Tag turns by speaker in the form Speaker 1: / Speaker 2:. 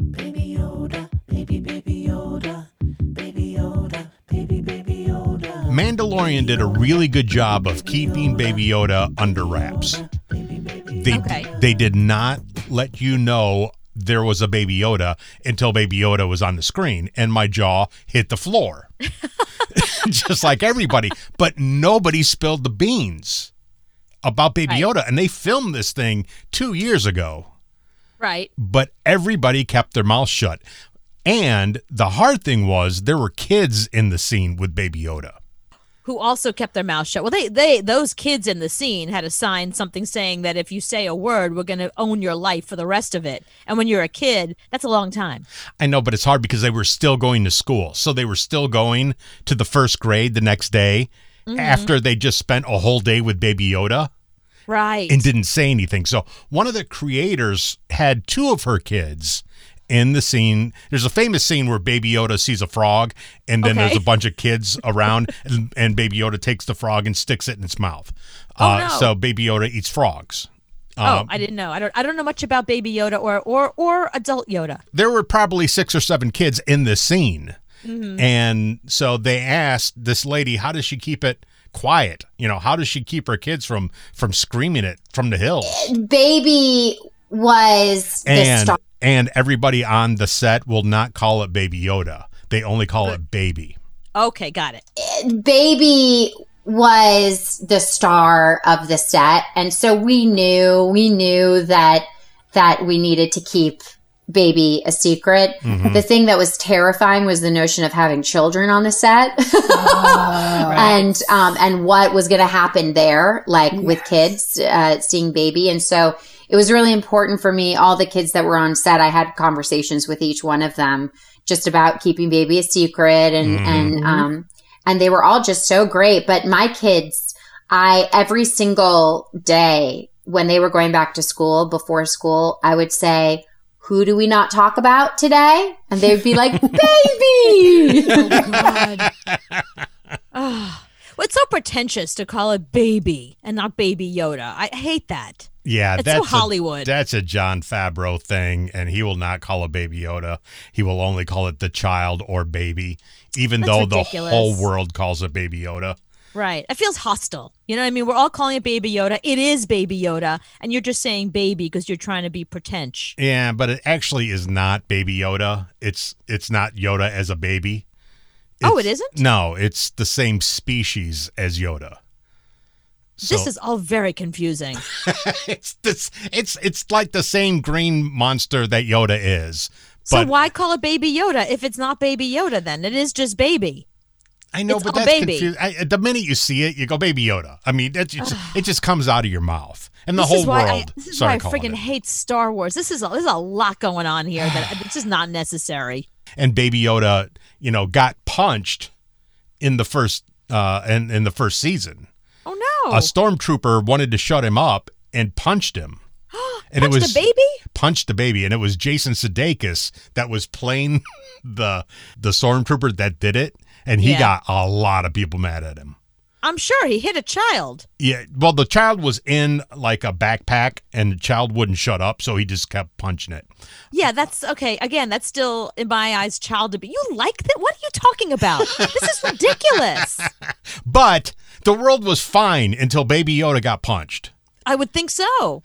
Speaker 1: Baby Yoda, baby, baby Yoda, baby Yoda, baby, baby Yoda.
Speaker 2: Mandalorian did a really good job of keeping Baby Yoda under wraps. They
Speaker 3: Okay.
Speaker 2: they did not let you know there was a Baby Yoda until Baby Yoda was on the screen, and my jaw hit the floor, just like everybody. But nobody spilled the beans about Baby
Speaker 3: Right.
Speaker 2: Yoda, and they filmed this thing two years ago
Speaker 3: Right.
Speaker 2: but everybody kept their mouth shut. And the hard thing was there were kids in the scene with Baby Yoda.
Speaker 3: Who also kept their mouth shut. Well, they they those kids in the scene had a sign something saying that if you say a word, we're going to own your life for the rest of it. And when you're a kid, that's a long time.
Speaker 2: I know, but it's hard because they were still going to school. So they were still going to the first grade the next day
Speaker 3: Mm-hmm.
Speaker 2: after they just spent a whole day with Baby Yoda
Speaker 3: Right.
Speaker 2: and didn't say anything. So one of the creators had two of her kids in the scene. There's a famous scene where Baby Yoda sees a frog, and then
Speaker 3: Okay.
Speaker 2: there's a bunch of kids around, and, and Baby Yoda takes the frog and sticks it in its mouth.
Speaker 3: Oh,
Speaker 2: Uh,
Speaker 3: no.
Speaker 2: So Baby Yoda eats frogs.
Speaker 3: oh,
Speaker 2: um,
Speaker 3: I didn't know. I don't I don't know much about baby Yoda or or or adult Yoda.
Speaker 2: There were probably six or seven kids in this scene.
Speaker 3: Mm-hmm.
Speaker 2: And so they asked this lady, how does she keep it quiet? You know, how does she keep her kids from from screaming it from the hills?
Speaker 4: Baby was the
Speaker 2: and
Speaker 4: star.
Speaker 2: and everybody on the set will not call it baby yoda they only call it baby
Speaker 3: Okay, got it.
Speaker 4: Baby was the star of the set, and so we knew we knew that that we needed to keep baby a secret. The thing that was terrifying was the notion of having children on the set. and um, and what was going to happen there, like with kids uh, seeing baby, and so it was really important for me. All the kids that were on set, I had conversations with each one of them just about keeping baby a secret, and and um, and they were all just so great. But my kids, I every single day when they were going back to school before school, I would say. Who do we not talk about today? And they would be like, baby.
Speaker 3: Well, it's so pretentious to call it baby and not baby Yoda. I hate that.
Speaker 2: yeah
Speaker 3: It's so
Speaker 2: that's a-
Speaker 3: Hollywood.
Speaker 2: that's a john fabro thing and he will not call it baby yoda he will only call it the child or baby even
Speaker 3: That's
Speaker 2: though
Speaker 3: ridiculous.
Speaker 2: the whole world calls it baby yoda
Speaker 3: Right. It feels hostile. You know what I mean? We're all calling it Baby Yoda. It is Baby Yoda. And you're just saying baby because you're trying to be pretentious.
Speaker 2: yeah but it actually is not baby yoda it's it's not yoda as a baby
Speaker 3: Oh,
Speaker 2: It's-
Speaker 3: it isn't?
Speaker 2: no it's the same species as yoda
Speaker 3: This
Speaker 2: So-
Speaker 3: is all very confusing.
Speaker 2: it's this it's it's like the same green monster that Yoda is.
Speaker 3: so
Speaker 2: But
Speaker 3: why call it Baby Yoda if it's not Baby Yoda then? It is just baby.
Speaker 2: I know,
Speaker 3: it's
Speaker 2: but
Speaker 3: all
Speaker 2: that's
Speaker 3: baby.
Speaker 2: confusing. I, the minute you see it, you go, "Baby Yoda." I mean, that's just, it just comes out of your mouth, and the
Speaker 3: this
Speaker 2: whole
Speaker 3: is why
Speaker 2: world.
Speaker 3: I, this is why I
Speaker 2: started calling
Speaker 3: freaking
Speaker 2: it.
Speaker 3: hate Star Wars. This is a, there's a lot going on here that it's just not necessary.
Speaker 2: And Baby Yoda, you know, got punched in the first uh in, in the first season.
Speaker 3: Oh no!
Speaker 2: A stormtrooper wanted to shut him up and punched him. and
Speaker 3: Punch the baby?
Speaker 2: punched the baby, and it was Jason Sudeikis that was playing the the stormtrooper that did it, and he
Speaker 3: Yeah.
Speaker 2: got a lot of people mad at him.
Speaker 3: I'm sure he hit a child.
Speaker 2: Yeah, well, the child was in like a backpack, and the child wouldn't shut up, so he just kept punching it.
Speaker 3: Yeah, that's okay. Again, that's still in my eyes child abuse. You like that? What are you talking about? this is ridiculous.
Speaker 2: But the world was fine until Baby Yoda got punched.
Speaker 3: I would think so.